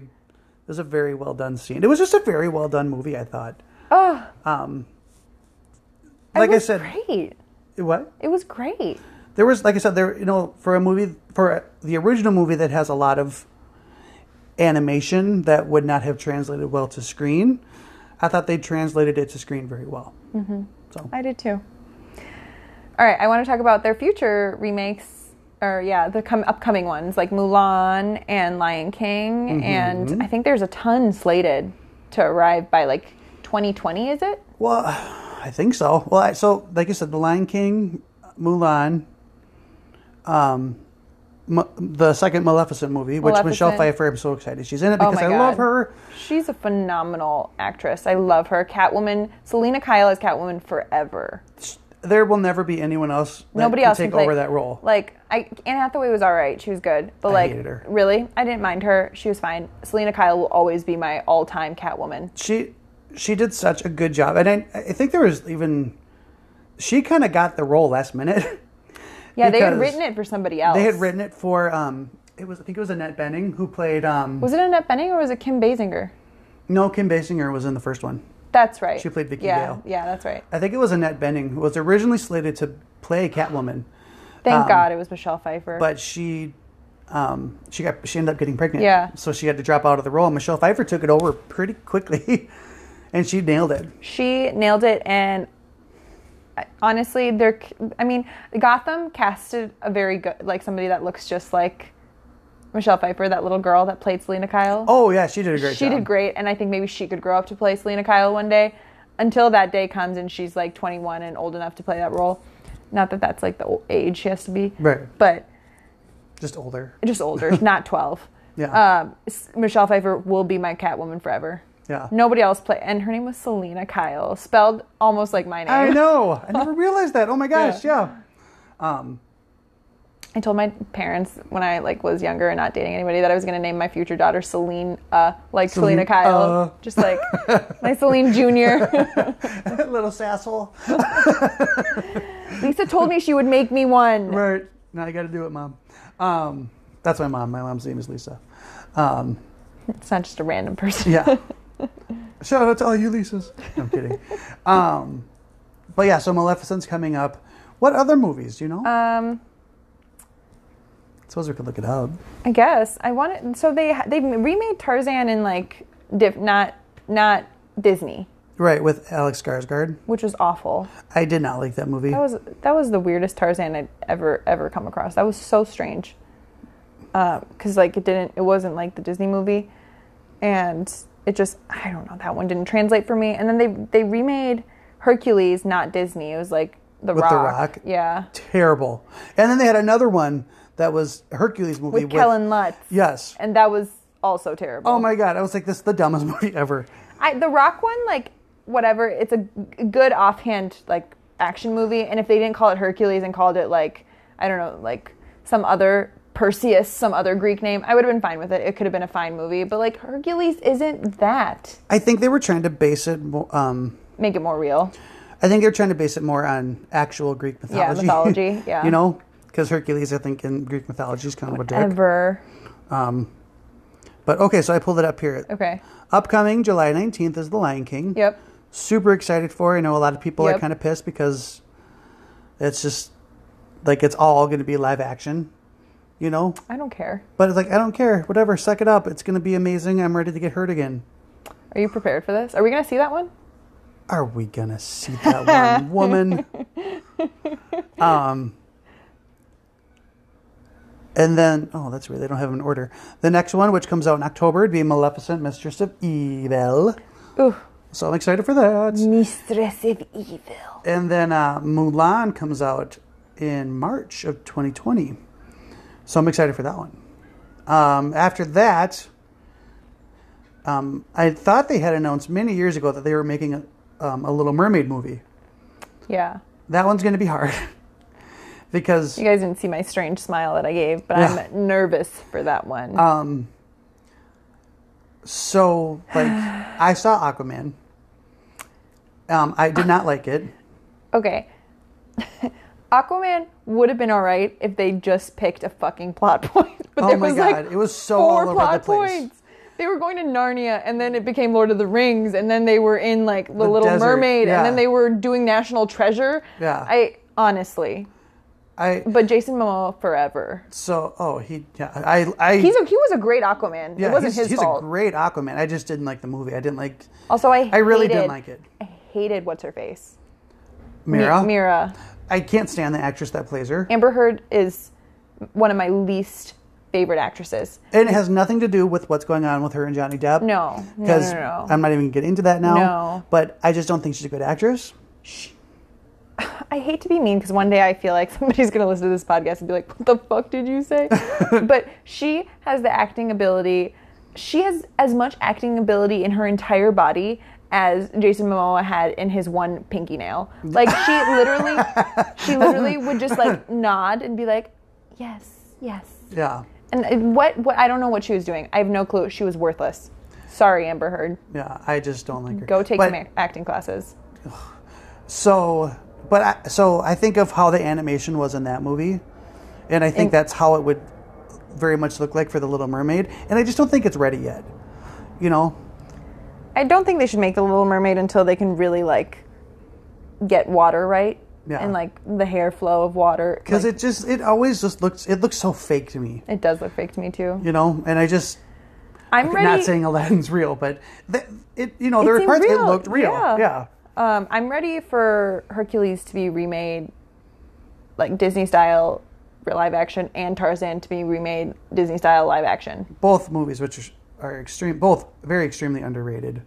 It was a very well done scene. It was just a very well done movie. I thought. Oh, Um, it like I was said, great. what? It was great. there was like i said there you know for a movie for the original movie that has a lot of animation that would not have translated well to screen i thought they translated it to screen very well mm-hmm. so I did too. All right, I want to talk about their future remakes, or yeah, the com- upcoming ones like Mulan and Lion King, Mm-hmm. and I think there's a ton slated to arrive by like 2020. Is it? well i think so well I, so like i said the lion king mulan um M- the second Maleficent movie, which Michelle Maleficent. Pfeiffer, I'm so excited she's in it Oh because I my love God. her. She's a phenomenal actress. I love her. Catwoman, Selena Kyle is Catwoman forever. There will never be anyone else that Nobody can else take can play. over that role. Like I, Anne Hathaway was all right. She was good, but I like hated her. really, I didn't mind her. She was fine. Selena Kyle will always be my all-time Catwoman. she she did such a good job and i, I think there was even she kind of got the role last minute Yeah, they had Because written it for somebody else. they had written it for um it was i think it was annette benning who played um Was it Annette Bening or was it Kim Basinger? no kim basinger was in the first one That's right. She played Vicki yeah, Gale. Yeah, that's right. i think it was annette benning who was originally slated to play catwoman Thank Um, God it was Michelle Pfeiffer. but she um she got she ended up getting pregnant Yeah. so she had to drop out of the role michelle pfeiffer took it over pretty quickly and she nailed it she nailed it and I- honestly they're i mean gotham casted a very good like somebody that looks just like michelle pfeiffer that little girl that played selena kyle oh yeah she did a great she job did great, and I think maybe she could grow up to play Selena Kyle one day. Until that day comes and she's like 21 and old enough to play that role. Not that that's like the o- age she has to be, right but just older just older, not 12. Yeah. Um, S- Michelle Pfeiffer will be my Catwoman forever. yeah. Nobody else play, and her name was Selena Kyle, spelled almost like my name. I know. I never realized that. Oh my gosh. Yeah. Um, I told my parents when I like was younger and not dating anybody that I was going to name my future daughter Celine, uh, like Celine, Selena Kyle, uh. just like my Celine Junior. little sasshole. Lisa told me she would make me one. Right. Now I got to do it, mom. Um, that's my mom. My mom's name is Lisa. Um, It's not just a random person. yeah. Shout out to all you Lisas. No, I'm kidding. Um, but yeah, so Maleficent's coming up. What other movies? Do you know? Um, suppose we could look it up. I guess I wanted. So they they remade Tarzan in like diff, not not Disney, Right with Alex Skarsgård. which was awful. I did not like that movie. That was that was the weirdest Tarzan I'd ever ever come across. That was so strange. Because like it didn't, it wasn't like the Disney movie, and it just I don't know that one didn't translate for me. And then they they remade Hercules, not Disney. It was like the With Rock. The Rock? yeah, Terrible. And then they had another one that was a Hercules movie with Kellen Lutz, Yes. and that was also terrible. Oh my god! I was like, this is the dumbest movie ever. I, the Rock one, like whatever, it's a g- good offhand like action movie. And if they didn't call it Hercules and called it like I don't know, like some other Perseus, some other Greek name, I would have been fine with it. It could have been a fine movie, but like Hercules isn't that. I think they were trying to base it. mo- Um, Make it more real. I think they're trying to base it more on actual Greek mythology. mythology, yeah. you know, because Hercules, I think, in Greek mythology is kind of a dick. Ever. Um, But okay, so I pulled it up here. Okay. Upcoming July nineteenth is The Lion King. Yep. Super excited for. I know a lot of people are Yep. kind of pissed because it's just like it's all going to be live action. You know, I don't care. But it's like, I don't care. Whatever. Suck it up. It's going to be amazing. I'm ready to get hurt again. Are you prepared for this? Are we gonna see that one? Are we going to see that one woman? Um, and then, oh, that's weird. They don't have an order. The next one, which comes out in October, would be Maleficent, Mistress of Evil. Ooh, So I'm excited for that. Mistress of Evil. And then uh, Mulan comes out in March of 2020. So I'm excited for that one. Um, after that, um, I thought they had announced many years ago that they were making a, um, a Little Mermaid movie. Yeah. That one's going to be hard because You guys didn't see my strange smile that I gave, but Yeah. I'm nervous for that one. um, so like I saw Aquaman. Um, I did not like it. Okay. Aquaman would have been all right if they just picked a fucking plot point. But Oh there my was God, like it was so all four over the plot place. points. They were going to Narnia, and then it became Lord of the Rings, and then they were in like The, The Little desert, Mermaid, yeah. and then they were doing National Treasure. Yeah. I honestly, I but Jason Momoa forever. so oh he yeah I I He's a, he was a great Aquaman. it wasn't he's, his he's fault. a great Aquaman. I just didn't like the movie. I didn't like also, I I really hated, didn't like it. I hated what's her face. Mi- Mira. Mira. I can't stand the actress that plays her. Amber Heard is one of my least favorite actresses. And it has nothing to do with what's going on with her and Johnny Depp. No, no, Because no, no. I'm not even getting into that now. No. But I just don't think she's a good actress. I hate to be mean because one day I feel like somebody's going to listen to this podcast and be like, "What the fuck did you say?" but she has the acting ability. She has as much acting ability in her entire body as Jason Momoa had in his one pinky nail. Like she literally, she literally would just like nod and be like, "Yes, yes." Yeah. And uh, what? What? I don't know what she was doing. I have no clue. She was worthless. Sorry, Amber Heard. Yeah. I just don't like her. Go take but, some a- acting classes. So, but I, so I think of how the animation was in that movie. And I think And- that's how it would very much look like for The Little Mermaid. And I just don't think it's ready yet. You know? I don't think they should make the Little Mermaid until they can really like get water right Yeah. and like the hair flow of water Because Like, it just, it always just looks, it looks so fake to me. it does look fake to me too. You know? And I just, I'm ready. Not saying Aladdin's real, but th- it you know It there were seemed parts real, it looked real. yeah. Yeah. um, I'm ready for Hercules to be remade, like Disney style live action, and Tarzan to be remade Disney style live action. both movies which are extreme, both very extremely underrated.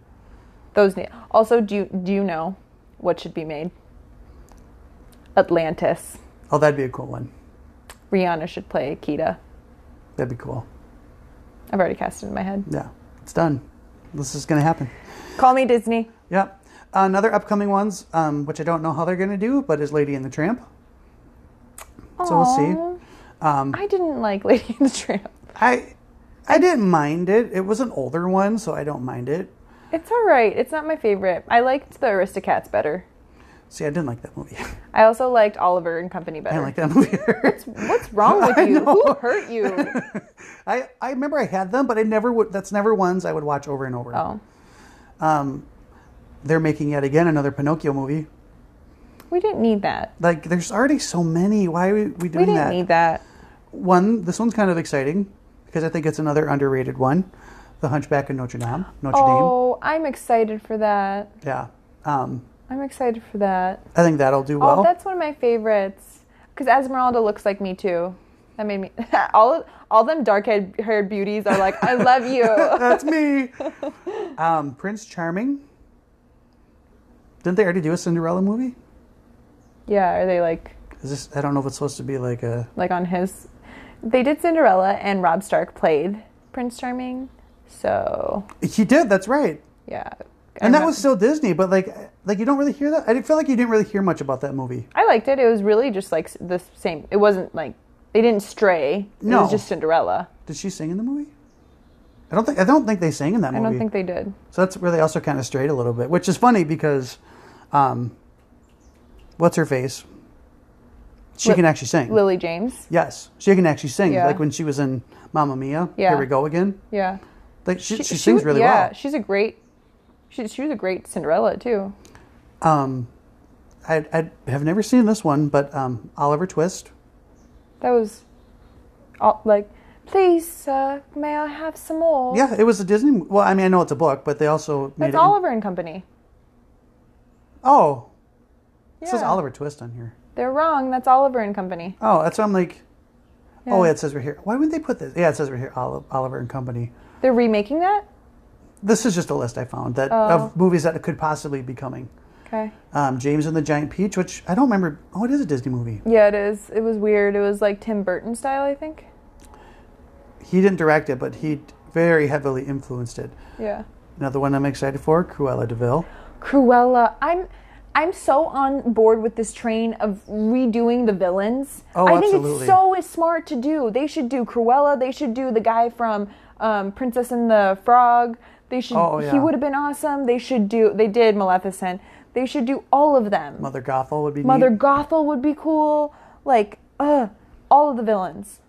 Those ne- also do you, do you know what should be made? Atlantis. Oh, that'd be a cool one. Rihanna should play Akita. That'd be cool. I've already cast it in my head. Yeah, it's done. This is going to happen. Call me Disney. Yep. Another upcoming ones, um, which I don't know how they're going to do, but is Lady and the Tramp. So we'll see. Um, Aw. I didn't like Lady and the Tramp. I I didn't mind it. It was an older one, so I don't mind it. It's all right. It's not my favorite. I liked the Aristocats better. See, I didn't like that movie. I I also liked Oliver and Company better. didn't like that movie. What's wrong with you? Who hurt you? I, I remember I had them, but I never would. That's never ones I would watch over and over. Um, Oh, They're making yet again another Pinocchio movie. we didn't need that. Like, there's already so many. Why are we, we We doing didn't that? need that. One, this one's kind of exciting because I think it's another underrated one, The Hunchback of Notre Dame. Notre Oh, I'm excited for that. Dame. Yeah. Um, I'm excited for that. I think that'll do Oh, well. that's one of my favorites. Because Esmeralda looks like me too. That made me all all them dark haired beauties are like, I love you. That's me. um, Prince Charming. Didn't they already do a Cinderella movie? yeah, are they like Is this? I don't know if it's supposed to be like a. like on his? They did Cinderella and Rob Stark played Prince Charming, so He did. That's right. yeah. And I that was still Disney, but like, like you don't really hear that. I didn't feel like you didn't really hear much about that movie. I liked it. It was really just like s- the same. It wasn't like they didn't stray. it No. was just Cinderella. Did she sing in the movie? I don't think. I don't think they sang in that I movie. don't think they did. So that's where they also kind of strayed a little bit, which is funny because, um, what's her face? She Li- can actually sing. Lily James. yes, she can actually sing. Yeah. Like when she was in Mamma Mia. Yeah. Here we go again. Yeah, Like she, she, sings w- really yeah, well. she's a great. She, she was a great Cinderella too. Um, I, I have never seen this one, but um, Oliver Twist. That was, all, like, please, sir, may I have some more? Yeah, it was a Disney. Well, I mean, I know it's a book, but they also made it. Oh. That's in- Oliver and Company. oh, Yeah. it says Oliver Twist on here. They're wrong. That's Oliver and Company. Oh, that's why I'm like. Oh, Yeah. yeah, it says right here. Why wouldn't they put this? Yeah, it says right here, Oli- Oliver and Company. They're remaking that. This is just a list I found that Oh. of movies that could possibly be coming. Okay. Um, James and the Giant Peach, which I don't remember. Oh, it is a Disney movie. Yeah, it is. It was weird. It was like Tim Burton style, I think. He didn't direct it, but he very heavily influenced it. Yeah. Another one I'm excited for, Cruella Deville. Cruella. I'm I'm so on board with this train of redoing the villains. Oh, I think absolutely. it's so is smart to do. They should do Cruella. They should do the guy from um, Princess and the Frog. They should. Oh, He yeah. would have been awesome. They should do. They did Maleficent. They should do all of them. Mother Gothel would be Mother neat. Gothel would be cool. Like, uh, all of the villains.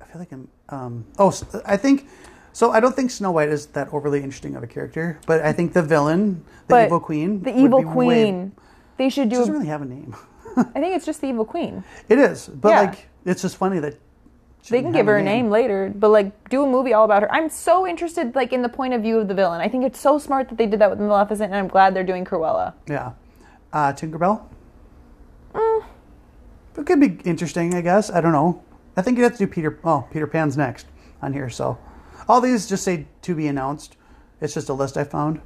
I feel like I'm. Um, oh, s- I think. So I don't think Snow White is that overly interesting of a character, but I think the villain, the But evil queen, The would evil be way- queen. They should she do. doesn't really have a name. I think it's just the evil queen. It is, but Yeah. like it's just funny that she they didn't have can give her a name. later but like do a movie all about her i'm so interested like in the point of view of the villain i think it's so smart that they did that with maleficent and i'm glad they're doing cruella Yeah, uh, Tinkerbell. Mm. It could be interesting, I guess. I don't know. I think you have to do Peter. Oh, Peter Pan's next on here. So all these just say to be announced. It's just a list I found.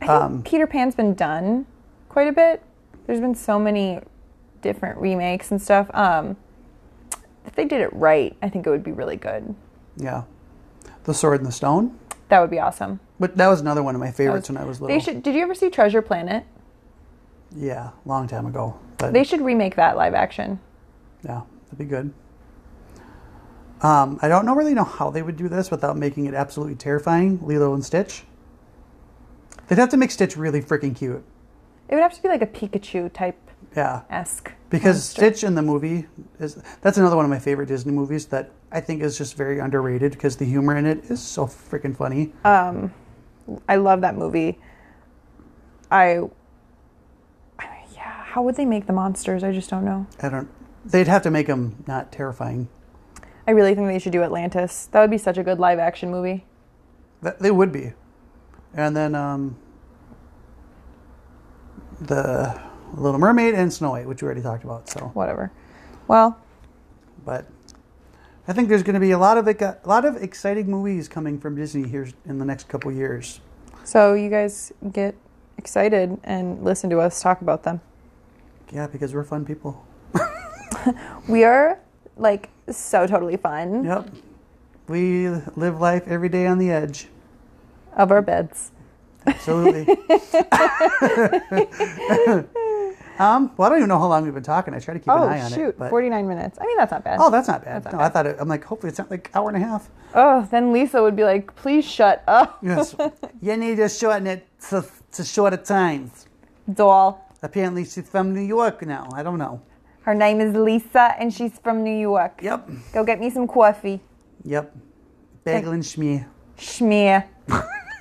i think peter pan's been done quite a bit there's been so many different remakes and stuff um if they did it right i think it would be really good Yeah, The Sword and the Stone. that would be awesome But that was another one of my That favorites when I was little. they should did you ever see treasure planet Yeah, long time ago. But they should remake that live action yeah, that'd be good. Um, I don't know really know how they would do this without making it absolutely terrifying. Lilo and Stitch. They'd have to make Stitch really freaking cute. it would have to be like a pikachu type Yeah, esque because Stitch in the movie is that's another one of my favorite Disney movies that I think is just very underrated because the humor in it is so freaking funny. Um, I love that movie. I, I yeah, how would they make the monsters? I just don't know. I don't. They'd have to make them not terrifying. I really think they should do Atlantis. That would be such a good live action movie. That they would be. And then um the Little Mermaid and Snow White, which we already talked about. So, Whatever. Well, but I think there's going to be a lot of a lot of exciting movies coming from Disney here in the next couple years. so you guys get excited and listen to us talk about them. Yeah, because we're fun people. We are like so totally fun. Yep. We live life every day on the edge. of our beds. Absolutely. um, well, I don't even know how long we've been talking. I try to keep an eye Oh on shoot, it. But, 49 minutes. I mean, that's not bad. oh, that's not bad. That's not no, I thought it, I'm like, hopefully it's not like hour and a half. Oh, then Lisa would be like, "Please shut up, Yes. you need to shorten it to, to shorter times. doll." Apparently she's from New York now. I don't know. Her name is Lisa, and she's from New York. Yep. Go get me some coffee. Yep. Bagel and schmear. Schmear.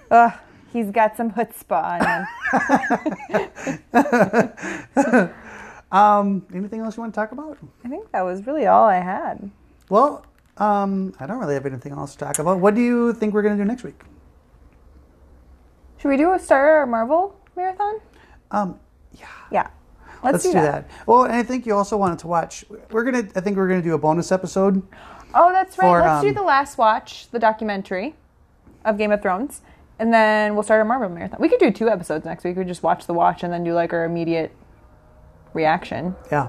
Ugh, he's got some chutzpah on him. Um, anything else you want to talk about? I think that was really all I had. Well, um, I don't really have anything else to talk about. What do you think we're going to do next week? Should we do a Star or Marvel marathon? Um, Yeah. let's, Let's, do that. Well, and I think you also wanted to watch. We're gonna. I think we're gonna do a bonus episode. Oh, that's right. For, Let's do um, the last watch, the documentary of Game of Thrones, and then we'll start our Marvel marathon. We could do two episodes next week. We could just watch the watch and then do like our immediate reaction. Yeah.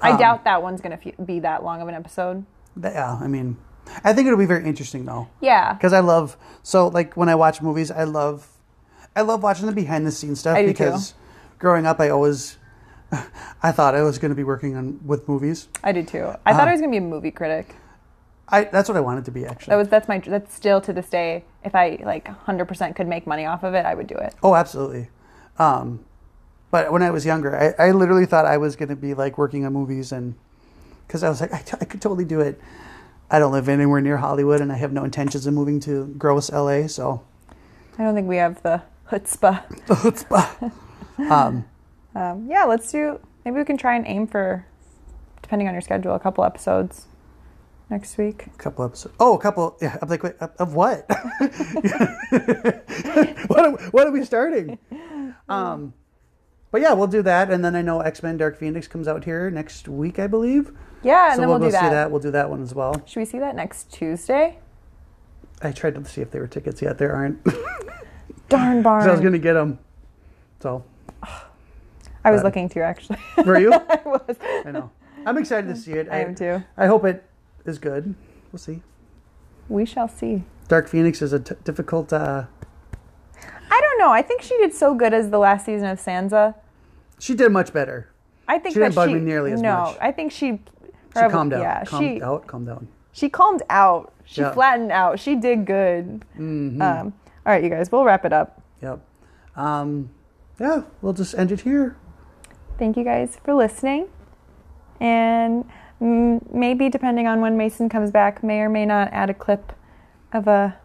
I Um, doubt that one's going to f- be that long of an episode. That- yeah. I mean, I think it'll be very interesting though, Yeah. because I love. So like when I watch movies, I love, I love watching the behind the scenes stuff I do, too. because growing up, I always, I thought I was gonna be working on with movies. I did too. I um, thought I was going to be a movie critic. I that's what I wanted to be actually. That was that's my that's still to this day. If I like 100% could make money off of it, I would do it. Oh, absolutely. Um, but when I was younger, I, I literally thought I was going to be like working on movies, and because I was like, I, t- I could totally do it. I don't live anywhere near Hollywood, and I have no intentions of moving to gross LA. So, I don't think we have the chutzpah. um, Um, yeah, let's do. Maybe we can try and aim for, depending on your schedule, a couple episodes next week. a couple episodes. Oh, a couple. Yeah, I'm like, wait, of- of what? what, are, what are we starting? Um, but yeah, we'll do that, and then I know X Men Dark Phoenix comes out here next week, I believe. Yeah, and so then we'll, we'll, go do that. see that. We'll do that one as well. Should we see that next Tuesday? I tried to see if there were tickets yet. There aren't. Darn So barn. I was gonna get them. So uh, looking too actually. were you? I was. I know. I'm excited to see it. I am too. I hope it is good. We'll see. We shall see. Dark Phoenix is a t- difficult. Uh, I don't know. I think she did so good as the last season of Sansa. she did much better. I think She that didn't bug she, me nearly as no, much. I think she. She her- calmed down. Yeah, calmed she out. Calmed down. she calmed out. She Yeah. flattened out. She did good. Mhm. Um, all right, you guys, we'll wrap it up. Yep. Um, yeah, we'll just end it here. Thank you guys for listening, and mm, maybe depending on when Mason comes back, may or may not add a clip of a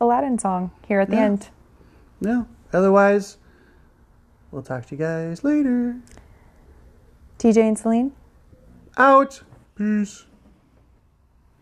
Aladdin song here at the Yeah. end. Yeah. Otherwise, we'll talk to you guys later. TJ and Celine. Out. Peace.